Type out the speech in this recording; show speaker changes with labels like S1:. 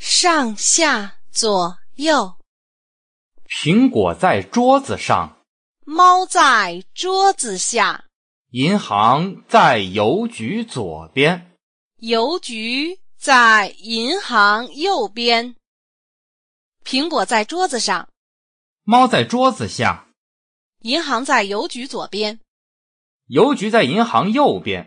S1: 上下左右，
S2: 苹果在桌子上，
S1: 猫在桌子下，
S2: 银行在邮局左边。
S1: 邮局在银行右边。苹果在桌子上，
S2: 猫在桌子下，
S1: 银行在邮局左边。
S2: 邮局在银行右边。